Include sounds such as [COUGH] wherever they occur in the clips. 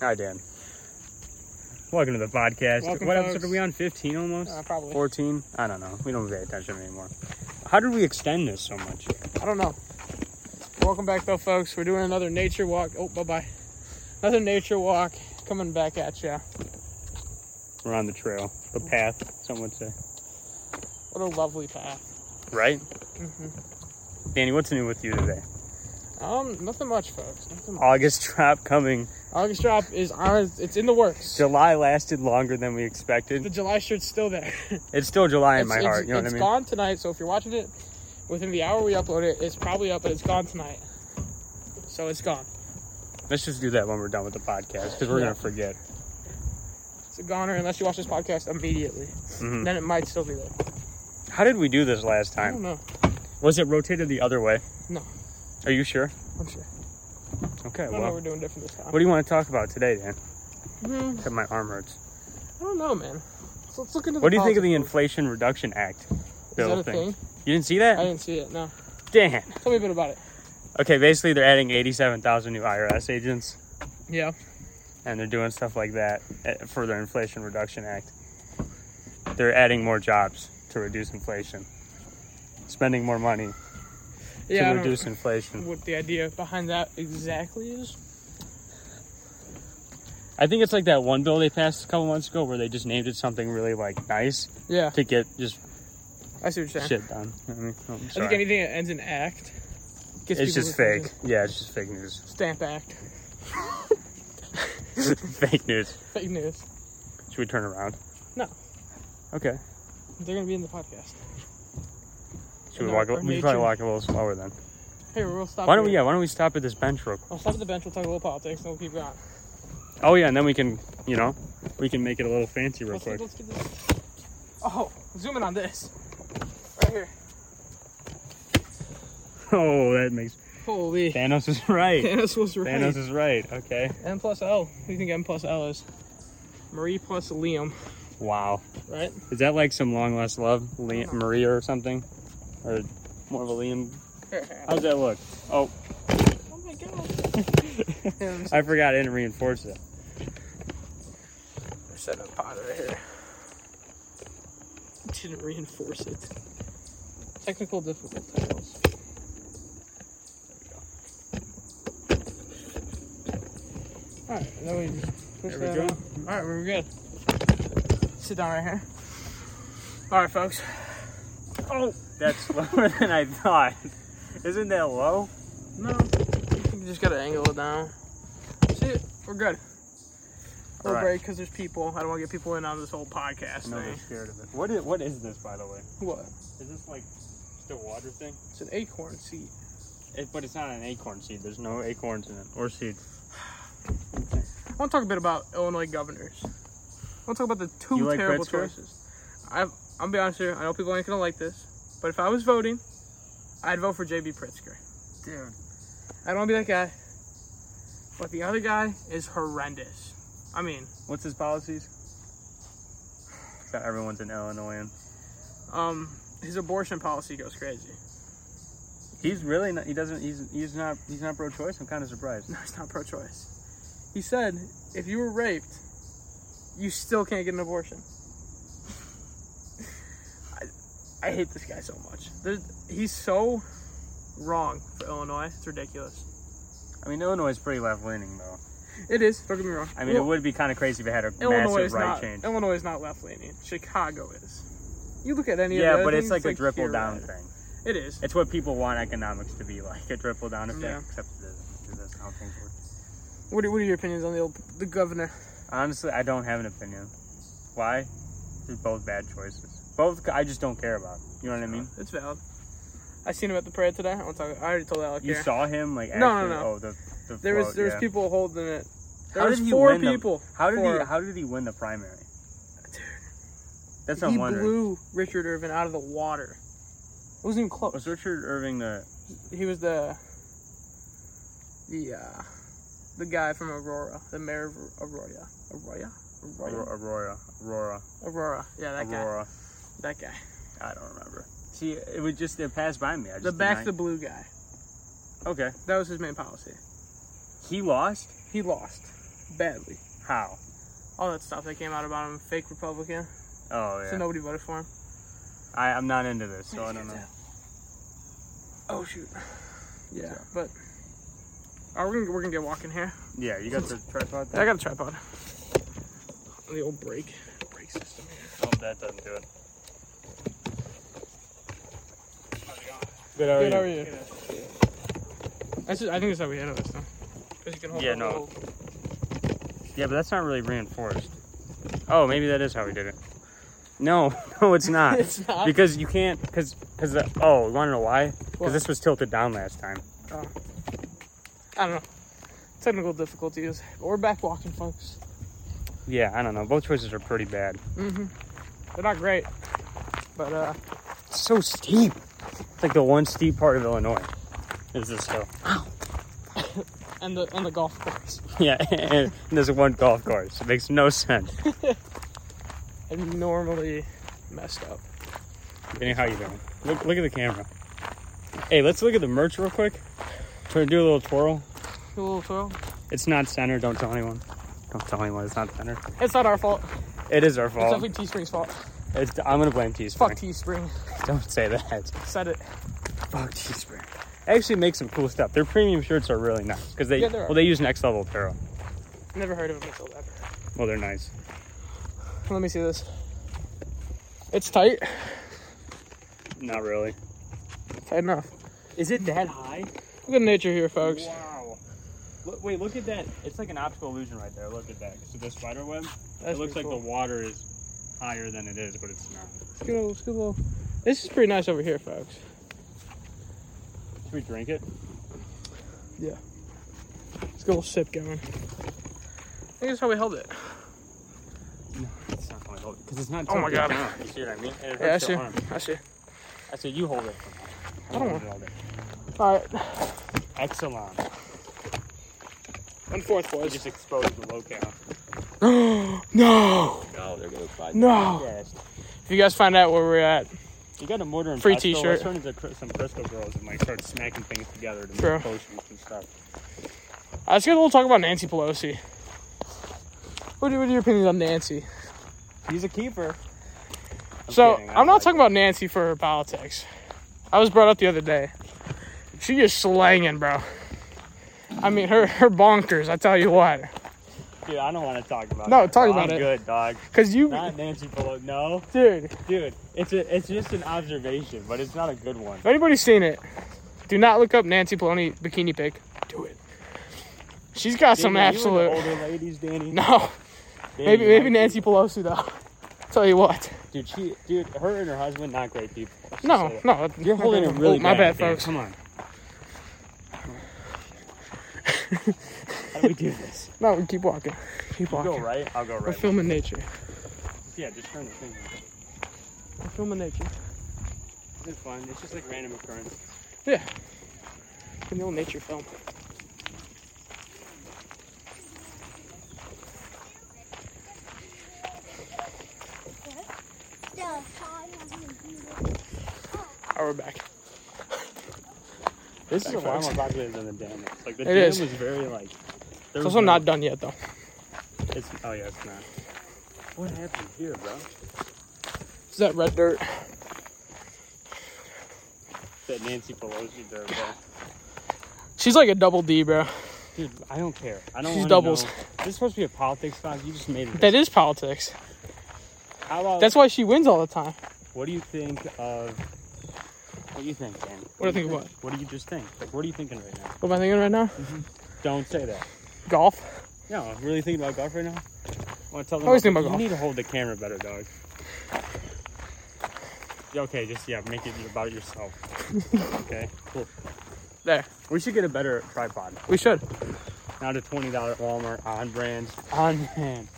All right, Dan. Welcome to the podcast. Welcome, what folks. episode are we on? 15 almost? Uh, probably. 14? I don't know. We don't pay attention anymore. How did we extend this so much? I don't know. Welcome back, though, folks. We're doing another nature walk. Oh, bye bye. Another nature walk coming back at ya. We're on the trail, the path, some would say. What a lovely path. Right? Mhm. Danny, what's new with you today? Um, nothing much, folks. Nothing much. August [LAUGHS] drop coming. August drop is on. It's in the works. July lasted longer than we the expected. July shirt's still there. It's still July [LAUGHS] in It's- my it's- heart. You know what I it's mean? gone tonight, so if you're watching it within the hour we upload it, it's probably up, but it's gone tonight. So it's gone. Let's just do that when we're done with the podcast because we're Yeah. going to forget. It's a goner unless you watch this podcast immediately. Mhm. Then it might still be there. How did we do this last I don't time? know. Was it rotated the other way? No. Are you sure? I'm sure. Okay, I don't well. know what we're doing different this time. What do you want to talk about today, Dan? Hmm, Except my arm hurts. I don't know, man. So let's look into the What do you think of the politics. Inflation Reduction Act Is bill that a thing? You didn't see I that? didn't see it, no. Dan. Tell me a bit about it. Okay, basically they're adding 87,000 new IRS agents Yeah. and they're doing stuff like that eh, for their Inflation Reduction Act. They're adding more jobs to reduce inflation. Spending more money Yeah. I to don't reduce know inflation. what the idea behind that exactly is. I think it's like that one bill they passed a couple months ago where they just named it something really like nice Yeah. to get just I see what you're saying. shit done. You know what I mean? Oh, I'm I think sorry. anything that ends in act gets It's people's just attention. fake. Yeah, it's just fake news. [LAUGHS] Stamp act. fake news. Fake news. Should we turn around? No. Okay. They're gonna be in the podcast. Should we No, walk? A, our we should probably nature- walk a little slower then. Hey, we'll stop. Why don't we? uh, here. Yeah. Why don't we stop at this bench real quick? We'll stop at the bench. We'll talk a little politics, and we'll keep going. Oh yeah, and then we can, you know, we can make it a little fancy real Let's, quick. let's get this. Oh, zoom in on this. Right here. [LAUGHS] Oh, that makes [LAUGHS] Holy. [LAUGHS] Thanos is [LAUGHS] right. Thanos was right. Thanos is right. Okay. M plus L. What do you think M plus L is? Marie plus Liam, Wow. [LAUGHS] right? Is that like some long lost love, Liam, Maria or something, or more of a Liam? How's that look? Oh, Oh my god. [LAUGHS] And I forgot I didn't reinforce it. they're setting a pot right here. Didn't reinforce it. Technical difficulties. Alright, now we just push There we that go. out. Alright, we're good. Sit down right here. Alright, folks. Oh, that's [LAUGHS] lower than I thought. Isn't that low? No, you just gotta angle it down. See, we're good. We're Alright. break because there's people. I don't want to get people in on this whole podcast No, they're thing. scared of it. What is, what is this, by the way? What? Is this like just a water thing? It's an acorn seed. It, but it's not an acorn seed. There's no acorns in it or seeds. I want to talk a bit about Illinois governors. I want to talk about the two You like terrible Pritzker? choices. i am I'll be honest here. I know people ain't gonna like this, but if I was voting, I'd vote for J.B. Pritzker. Dude. I don't want to be that guy. But the other guy is horrendous. I mean, What's his policies? [SIGHS] Not everyone's an Illinoisan. um, his abortion policy goes crazy. He's really not. He doesn't. He's he's not. He's not pro-choice. I'm kind of surprised. No, it's not pro-choice. He said if you were raped, you still can't get an abortion. [LAUGHS] I, I hate this guy so much. There's, he's so wrong for Illinois. It's ridiculous. I mean, Illinois is pretty left-leaning, though. It is. Don't get me wrong. I mean, Well, it would be kind of crazy if it had a Illinois massive is right not. change. Illinois is not left-leaning. Chicago is. You look at any of the Yeah, other but it's things, like a trickle here, down right? thing. It is. It's what people want economics to be like—a trickle down effect. Yeah. Except it isn't. It doesn't how things work. What are, what are your opinions on the old, the governor? Honestly, I don't have an opinion. Why? They're both bad choices. Both, I just don't care about. You know what I mean? It's valid. I seen him at the parade today. I, want to talk, I already told Alec You here. saw him like No, no, actually- no. Oh, the, the There was float, there was yeah. people holding it. There How was did he four win the- people. How did Four. he? How did he win the primary? Dude. That's what he I'm wondering. blew Richard Irvin out of the water. It wasn't even close. Was Richard Irving the? He was the the uh, the guy from Aurora, the mayor of Aurora, Aurora, Aurora, Aurora, Aurora, Aurora. Aurora. Yeah, that guy. Aurora. That guy. I don't remember. See, it would just it passed by me. I just The back the denied- blue guy. okay. That was his main policy. He lost. He lost. badly. How? All that stuff that came out about him, fake Republican. Oh yeah. So nobody voted for him. I, I'm not into this, so I don't know. Oh shoot. Yeah, but oh, we're gonna we're gonna get walking here. Yeah, you got the tripod. I There? got a tripod. The old brake brake system here. Oh, that doesn't do it. Good, how are you? That's just, I think that's how we handle this though. Because you can hold Yeah, the no. whole- Yeah, but that's not really reinforced. Oh, maybe that is how we did it. No, [LAUGHS] no, it's not. [LAUGHS] It's not? Because you can't, because, because, oh, you want to know why? What? Because this was tilted down last time. Oh. I don't know. Technical difficulties. But we're back walking, folks. Yeah, I don't know. Both choices are pretty bad. They're not great, but uh, It's so steep. It's like the one steep part of Illinois is this hill. [LAUGHS] and the and the golf course. Yeah, and there's one golf course. It makes no sense. Abnormally messed up. Vinny, how you doing? Look, look at the camera. Hey, let's look at the merch real quick. Try to do a little twirl. Do a little twirl. It's not center. Don't tell anyone. Don't tell anyone. It's not center. It's not our fault. It is our It's fault. definitely Teespring's fault. It's, I'm gonna blame Teespring. Fuck Teespring. Don't say that. Said it. Fuck Teespring. They actually make some cool stuff. Their premium shirts are really nice because they Yeah, they are. well they use next level apparel. Never heard of him until ever. Well, they're nice. Let me see this. It's tight. Not really. Tight enough. Is it that high? Look at nature here, folks. Wow. Look, wait, look at that. It's like an optical illusion right there. Look at that. So the spider web, That's it looks like pretty the water is higher than it is, but it's not. Let's get a let's get a little. This is pretty nice over here, folks. Should we drink it? Yeah. Let's get a little sip going. I think that's how we held it. No, it's not going to hold because it's not. Oh my tilted God. down. You see what I mean? And It Yeah, I hurts see. your arm. I see. I said you hold it. I don't it all day. All right. Excellent. One fourth, I boys. just exposed the locale. No, No, Oh, they're gonna find no. Yes. If you guys find out where we're at, You got a mortar and Free pestle. t-shirt. Let's turn into cr- some Crystal Girls and like start smacking things together to True. make potions and stuff. I just got a little talk about Nancy Pelosi. What are, what are your opinions on Nancy? He's a keeper. so kidding, I I'm not like talking about Nancy for her politics. I was brought up the other day. She is slanging, bro. I mean, her her bonkers. I tell you what. Dude, I don't want to talk about. No, that, talk bro. about I'm it. Good dog. Cause you, Not Nancy Pelosi. No, dude. If dude, it's a, it's just an observation, but it's not a good one. anybody's seen it, do not look up Nancy Pelosi bikini pic. Do it. She's got some Danny, you and the absolute. older ladies, Danny. [LAUGHS] No, Danny, maybe you maybe might Nancy be- Pelosi though. [LAUGHS] Tell you what. Dude, she, dude, her and her husband, not great people. Let's just say No, it. no. You're holding oh, it really. My bad, bad, dude. folks. Come on. How do we do this? No, we keep walking. Keep walking. Go right. I'll go We're right. filming nature. Yeah, just turn the thing. We're filming nature. It's fun. It's just like random occurrence. Yeah. An old nature film. the time Oh, we're back. This is a Back lot folks. more popular than the dam. is. Like the It dam is. was very like. there It's was also no- not done yet, though. It's, oh yeah, it's not. What happened here, bro? Is that red dirt? That Nancy Pelosi there, bro. She's like a double D, bro. Dude, I don't care. I don't. She's wanna doubles. Know. This is supposed to be a politics talk. You just made it. That is politics. How about? That's why she wins all the time. What do you think of? What do you think, Dan? What do I you think of What do you just think? Like, what are you thinking right now? What am I thinking right now? Don't say that. Golf. No, I'm really thinking about golf right now. I want to tell them. about- Always think about you golf. need to hold the camera better, dog. Yeah, Okay, just yeah, make it about [LAUGHS] yourself. okay, cool. There. We should get a better tripod. We should. Not a twenty dollar Walmart on brand. On brand.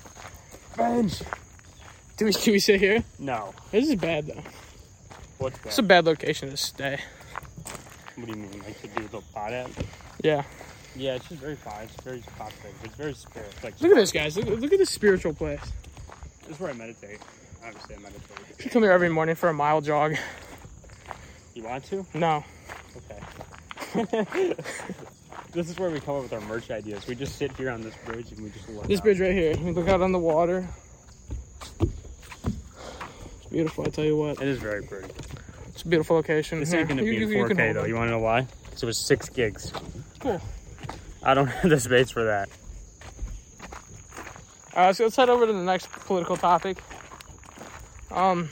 Bench. Do we, do we sit here? No. This is bad, though. What's that? It's a bad location to stay. what do you mean? Like to do the pot at? Yeah. Yeah, it's just very fine. It's very populated. It's very spirit. Like Look at this, guys. Look, look at this spiritual place. This is where I meditate. Obviously, I meditate. You come here every morning for a mile jog. You want to? No. Okay. [LAUGHS] This is where we come up with our merch ideas. We just sit here on this bridge and we just look. This out. bridge right here. We look out on the water. It's beautiful. I tell you what. It is very pretty. It's a beautiful location. This Here, ain't gonna Mm-hmm. you- be in you- you can 4K hold though. it. You want to know why? 'Cause it was six gigs. Cool. I don't [LAUGHS] have the space for that. All right, so let's head over to the next political topic. Um,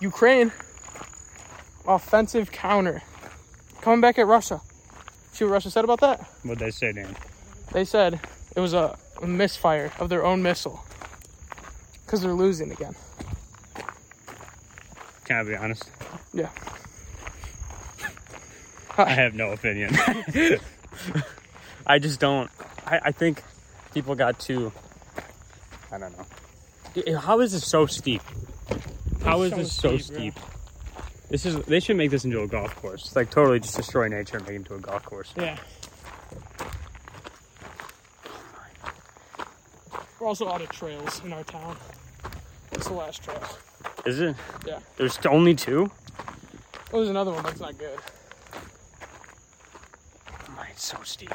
Ukraine offensive counter coming back at Russia. See what Russia said about that? What'd they say, Dan? They said it was a misfire of their own missile because they're losing again. Can I be honest? Yeah, I have no opinion. [LAUGHS] I just don't. I, I think people got too. I don't know. Dude, How is this so steep? How is It's so this so steep? steep, bro. This is. They should make this into a golf course. Like totally just destroy nature and make it into a golf course. yeah. We're also out of trails in our town. It's the last trail. Is it? Yeah. There's only two. Oh, there's another one that's not good. Oh My, it's so steep.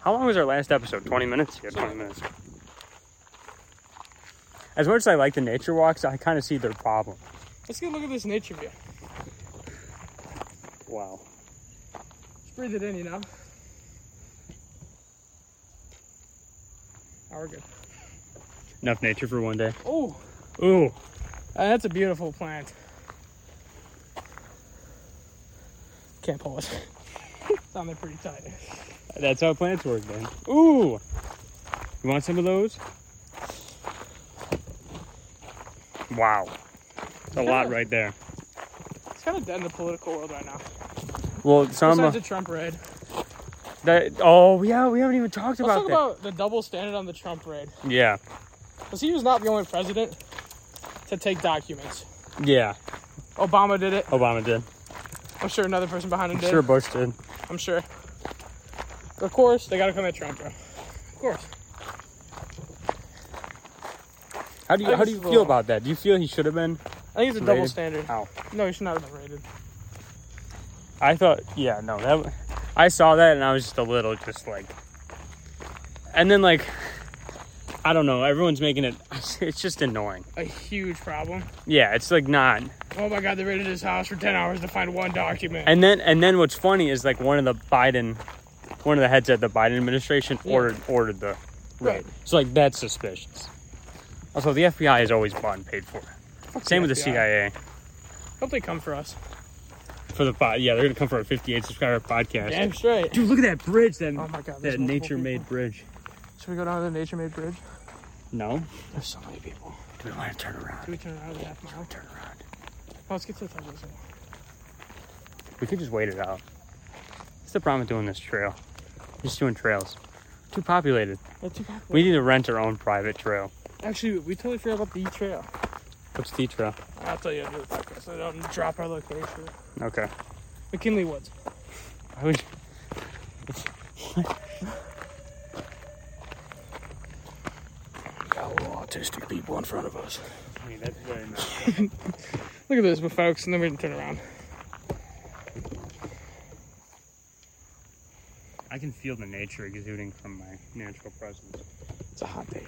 How long was our last episode? 20 minutes? Yeah, 20 minutes. As much as I like the nature walks, I kind of see their problem. Let's get a look at this nature view. Wow. Just breathe it in, you know. Oh, we're good. Enough nature for one day. Oh, Ooh. uh, that's a beautiful plant. Can't pull it. [LAUGHS] it's on there pretty tight. That's how plants work, man. Ooh. You want some of those? Wow. It's a lot right there. It's kind of dead in the political world right now. Well, some. Besides the Trump raid. that, oh, yeah, we haven't even talked Let's about talk that. about the double standard on the Trump raid. yeah. Because he was not the only president to take documents. Yeah. Obama did it. Obama did. I'm sure another person behind him I'm did. sure Bush did. I'm sure. Of course, they gotta come at Trump, bro. Of course. How do you I how do you just- feel about that? Do you feel he should have been? I think it's a double Rated? standard. Ow. No, he should not have been rated. I thought, yeah, no, that. I saw that and I was just a little, just like, and then like, I don't know. Everyone's making it. [LAUGHS] It's just annoying. A huge problem. Yeah, it's like not. Oh my god, they raided his house for 10 hours to find one document. And then and then what's funny is like one of the Biden, one of the heads at the Biden administration Yeah. ordered ordered the raid. Right. So like that's suspicious. Also, the FBI is always bought and paid for. Same with the FBI. CIA Hope they come for us. for the pod. Yeah, they're gonna come for a 58 subscriber podcast. Damn straight. Dude, look at that bridge. That, Oh my God, there's that multiple nature made people. bridge. Should we go down to the Nature Made Bridge? No. There's so many people. Do we want to turn Do around? we turn around the half mile? Turn around. Oh, let's get to the top of this hill. We could just wait it out. What's the problem with doing this trail? Just doing trails. Too populated. They're too popular. We need to rent our own private trail. Actually, we totally forgot about the trail. What's the trail? I'll tell you after the podcast. so I don't drop our location. Okay. McKinley Woods. I would. Got a little autistic people in front of us. I mean, that's very nice. Look at this, my folks, and then we can turn around. I can feel the nature exuding from my natural presence. It's a hot day.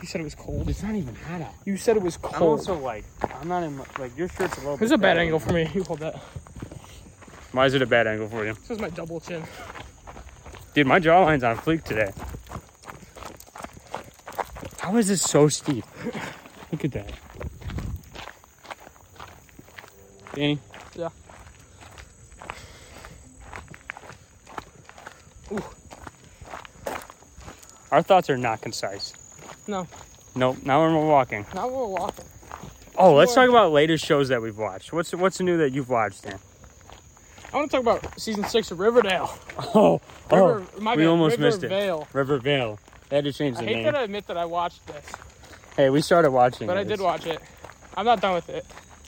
You said it was cold. It's not even hot out. You said it was I'm cold. also like, I'm not in my, like your shirt's a little. This is bit a bad better. angle for me. You hold that. Why is it a bad angle for you, This is my double chin. dude? My jawline's on fleek today. How is this so steep? [LAUGHS] Look at that, Danny. Yeah. Ooh. Our thoughts are not concise. No, Nope. Now when we're walking. now we're walking. Oh, let's Sure. talk about latest shows that we've watched. What's what's new that you've watched, Dan? [LAUGHS] I want to talk about season six of Riverdale. Oh, River, oh, my we bad, almost missed Rivervale. it. Rivervale. They had to change the I hate name. that I admit that I watched this, Hey, we started watching. but it. I did It's- watch it. I'm not done with it.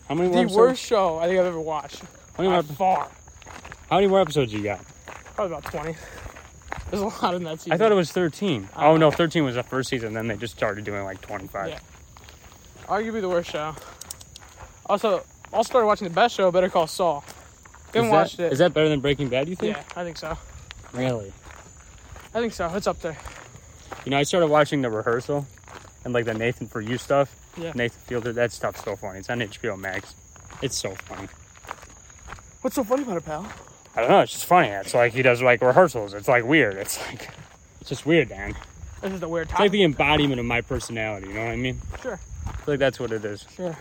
How many The more episodes? worst show I think I've ever watched How many, by more, far. how many more episodes you got? Probably about 20. There's a lot in that season. I thought it was 13. I Oh don't no, 13 was the first season. Then they just started doing like 25. Yeah. Arguably the worst show. Also, I'll start watching the best show, Better Call Saul. Been Is that- watched it. Is that better than Breaking Bad? You think? yeah, I think so. Really? I think so. It's up there. You know, I started watching the rehearsal and like the Nathan for You stuff. Yeah. Nathan Fielder, that stuff's so funny. It's on HBO Max. It's so funny. What's so funny about it, pal? I don't know. It's just funny. It's like he does like rehearsals. It's like weird. It's like it's just weird, Dan. This is a weird It's like topic. the embodiment of my personality. You know what I mean? Sure, I feel like that's what it is. sure.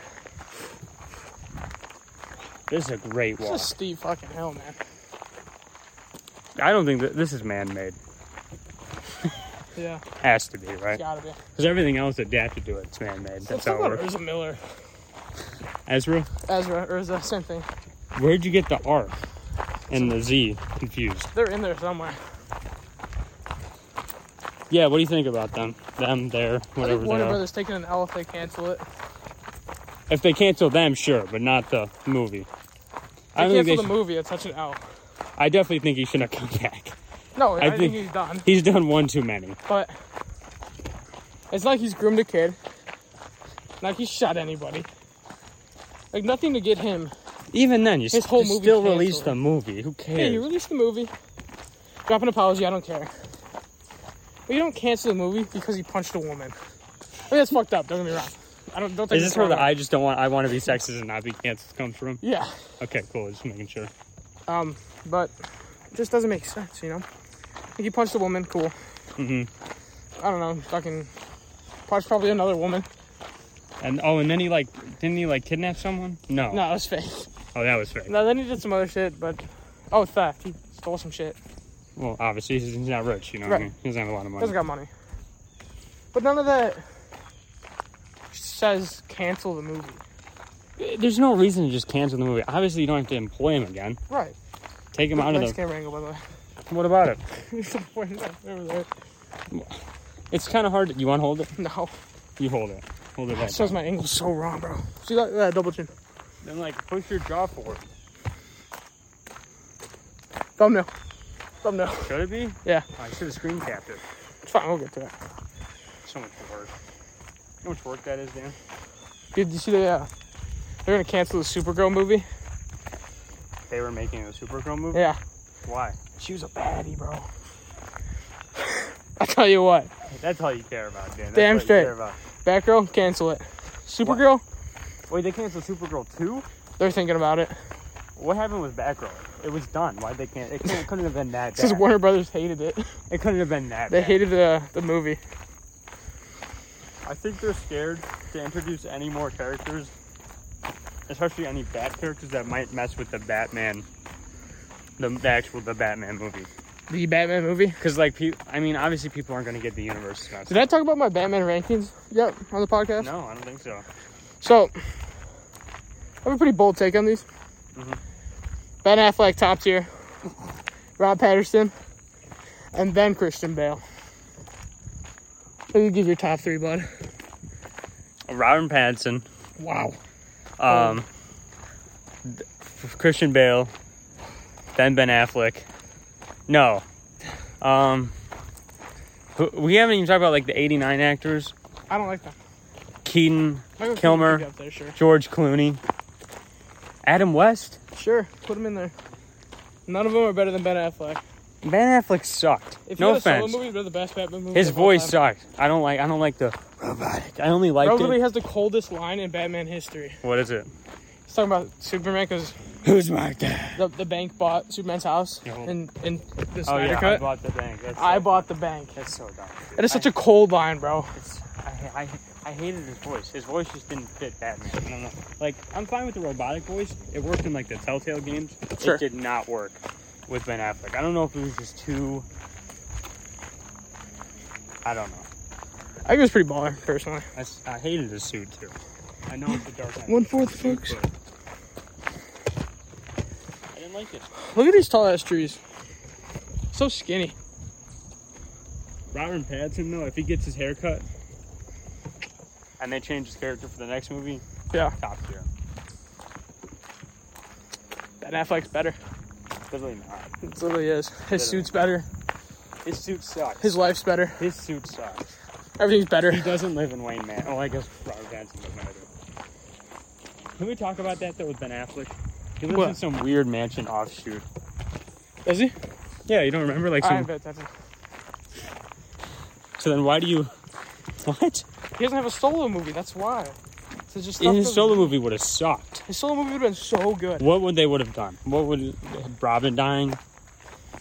This is a great This wall. is steep fucking hill, man. I don't think that this is man-made. Yeah, Has to be it's right gotta be. because everything else adapted to it's man-made. Let's That's talk how it about works. Urza Miller. Ezra, Ezra, Urza, same thing. where'd you get the R and the Z confused? They're in there somewhere. Yeah. What do you think about them? Them there, I whatever think they Warner are. Brothers taking an L if they cancel it. If they cancel them, sure, but not the movie. They I don't cancel think they the should- movie. It's such an L. I definitely think he shouldn't have come [LAUGHS] back. No, I, I think, think- he's done. He's done one too many. But it's like he's groomed a kid. Like he shot anybody. Like nothing to get him. Even then, you His s- whole you movie still released canceled. the movie. Who cares? Hey, you released the movie. Drop an apology. I don't care. But you don't cancel the movie because he punched a woman. I mean that's fucked up. Don't get me wrong. I don't don't take Is this the where the wrong way. I just don't want I want to be sexist and not be canceled comes from? Yeah, Okay, cool. Just making sure. um, but it just doesn't make sense, you know. Like he punched a woman. Cool. Mm-hmm. I don't know. Fucking punched probably another woman. And oh, and then he like didn't he like kidnap someone? No. No, that was fake. [LAUGHS] Oh, that was fake. No, then he did some other shit, but oh, theft. He stole some shit. Well, obviously he's he's not rich. You know, what I Right. mean? he doesn't have a lot of money. Doesn't got money. But none of that says cancel the movie. There's no reason to just cancel the movie. Obviously, you don't have to employ him again. Right. Take him out nice of the. camera angle, by the way. [LAUGHS] What about it? It's so funny that over there. It's kind of hard. To, you want to hold it? No. You hold it. Hold it. Like Shows my angle so wrong, bro. See that, that double chin. Then like push your jaw forward. Thumbnail. Thumbnail. Should it be? Yeah. I should have screen capped it. It's fine, we'll get to that. So much work. You know how much work that is, Dan? Dude, you see the uh, they're gonna cancel the Supergirl movie? They were making a Supergirl movie? Yeah. [LAUGHS] Why? She was a baddie, bro. I tell you what. That's all you care about, Dan. That's Damn all you straight. care about. Batgirl, cancel it. Supergirl, Wait, they canceled Supergirl 2? they're thinking about it. [LAUGHS] What happened with Batgirl? It was done. Why they can't? It couldn't, it couldn't have been that Because bad. Warner Brothers hated it. [LAUGHS] It couldn't have been that They bad. hated the the movie. I think they're scared to introduce any more characters, especially any Bat characters that might mess with the Batman, the, the actual the Batman movie. The Batman movie. Because like, pe- I mean, obviously people aren't going to get the universe. messed Did I talk about my Batman rankings? Yep, on the up. podcast. No, I don't think so. So I have a pretty bold take on these. Mm-hmm. Ben Affleck top tier, Rob Patterson, and then Christian Bale. Who you give your top three, bud? Robin Pattinson, Wow. Oh. um, th- Christian Bale, then Ben Affleck. No, um, who- we haven't even talked about like the '89 actors: I don't like that. Keaton, Michael Keaton Kilmer. could be Up there, sure. George Clooney, Adam West. Sure. Put him in there. None of them are better than Ben Affleck. Ben Affleck sucked. If you no had a offense. solo movie, they're the best Batman movie. His of all voice time. sucked. I don't like. I don't like the robotic. I only liked Probably it. has the coldest line in Batman history. What is it? He's talking about Superman because Who's my dad? the, the bank bought Superman's house Yeah, hold and in the Oh Snyder yeah, I cut. bought the bank. That's I so- bought the bank. That's so dumb. dude. That is such I- a cold line, bro. It's, I, I, I hated his voice. His voice just didn't fit Batman. I don't know. Like I'm fine with the robotic voice. It worked in like the Telltale games. Sure. It did not work with Ben Affleck. I don't know if it was just too. I don't know. I think it was pretty baller, personally. I, s- I hated his suit too. I know it's a dark Knight. One fourth, folks. but- I didn't like it. Look at these tall ass trees. So skinny. Robert Pattinson though, if he gets his hair cut, and they change his character for the next movie, Yeah, top tier. Ben Affleck's better. Literally not. It literally is. His Literally. suit's better. His suit sucks. His life's better. His suit sucks. Everything's He better. doesn't live in Wayne Man. Oh, I guess Robert Pattinson doesn't either. Can we talk about that though with Ben Affleck? Because He lives What? in some weird mansion offshoot. Does he? Yeah, you don't remember? Like, I some, haven't paid attention. so then why do you. [LAUGHS] What? He doesn't have a solo movie. That's why. So just In stuff his doesn't- solo movie would have sucked. His solo movie would have been so good. What would they would have done? What would Robin dying?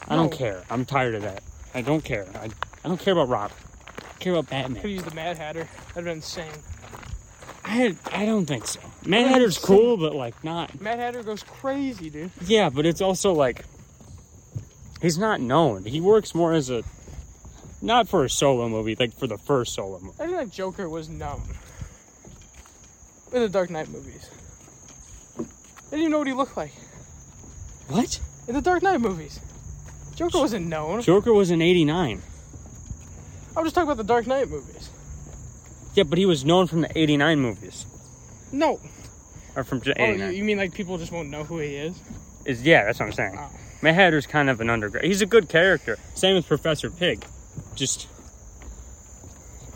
I don't No. care. I'm tired of that. I don't care. I, I don't care about Robin. I care about Could have Batman. used the Mad Hatter. That'd been insane. I I don't think so. Mad Hatter's cool, but like not. Mad Hatter goes crazy, dude. Yeah, but it's also like he's not known. He works more as a not for a solo movie, like for the first solo movie. I didn't like Joker was known. In the Dark Knight movies. They didn't even know what he looked like. What? In the Dark Knight movies. Joker wasn't known. Joker was in '89. I'm just talking about the Dark Knight movies. Yeah, but he was known from the '89 movies No. or from j- Oh, you, '89. you mean like people just won't know who he is? Is yeah, that's what I'm saying. Oh. Mad Hatter's kind of an underground. He's a good character. Same with Professor Pig. Just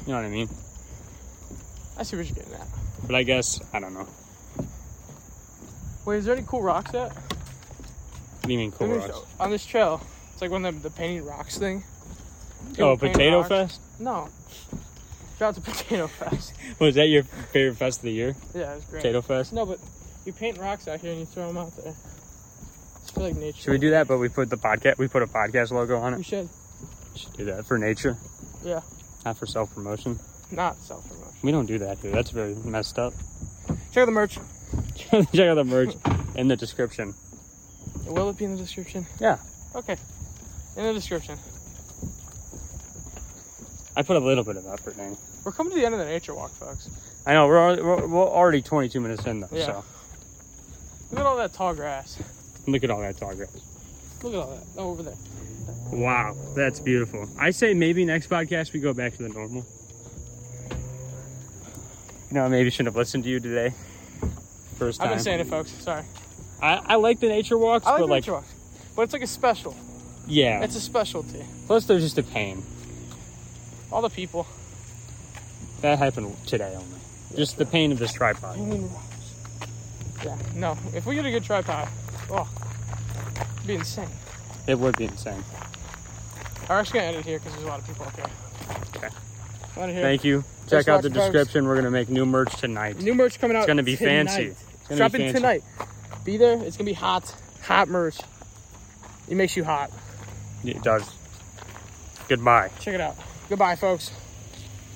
you know what I mean. I see what you're getting at. But I guess I don't know. What Wait, is there any cool rocks at? do you mean cool? Let me- rocks? On this trail. It's like one of the, the painted rocks thing. Oh, Painted Potato rocks. Fest. No. Shout out to Potato [LAUGHS] Fest. Was that your favorite fest of the year? Yeah, it's great. Potato Fest. No, but you paint rocks out here and you throw them out there. It's for like nature. Should we do that? But we put the podcast. We put a podcast logo on We it. should. We should do that for nature, Yeah. not for self promotion. Not self promotion. We don't do that here. That's very messed up. [LAUGHS] Check out the merch. Check out the merge in the description. Will it be in the description? Yeah, Okay. In the description. I put a little bit of effort in. We're coming to the end of the nature walk, folks. I know we're already, we're, we're already 22 minutes in though. Yeah. So Look at all that tall grass. look at all that tall grass. Look at all that. Oh, over there. Wow, that's beautiful. I say maybe next podcast we go back to the normal. You know, I maybe shouldn't have listened to you today. First time. I've been saying it, folks. Sorry. I, I like the nature walks, I like the but like, nature walk. But it's like a special. yeah. It's a specialty. Plus, they're just a pain. All the people. That happened today only. Just the pain of this tripod. Yeah. No. If we get a good tripod, oh, it'd be insane. It would be insane. We're actually gonna edit here because there's a lot of people up here. Okay. Out of here. Thank you. Just Check out the watch folks. description. We're gonna make new merch tonight. New merch coming out. It's gonna be tonight. fancy. It's gonna be Dropping fancy. tonight. Be there. It's gonna be hot. Hot merch. It makes you hot. It does. Goodbye. Check it out. Goodbye, folks.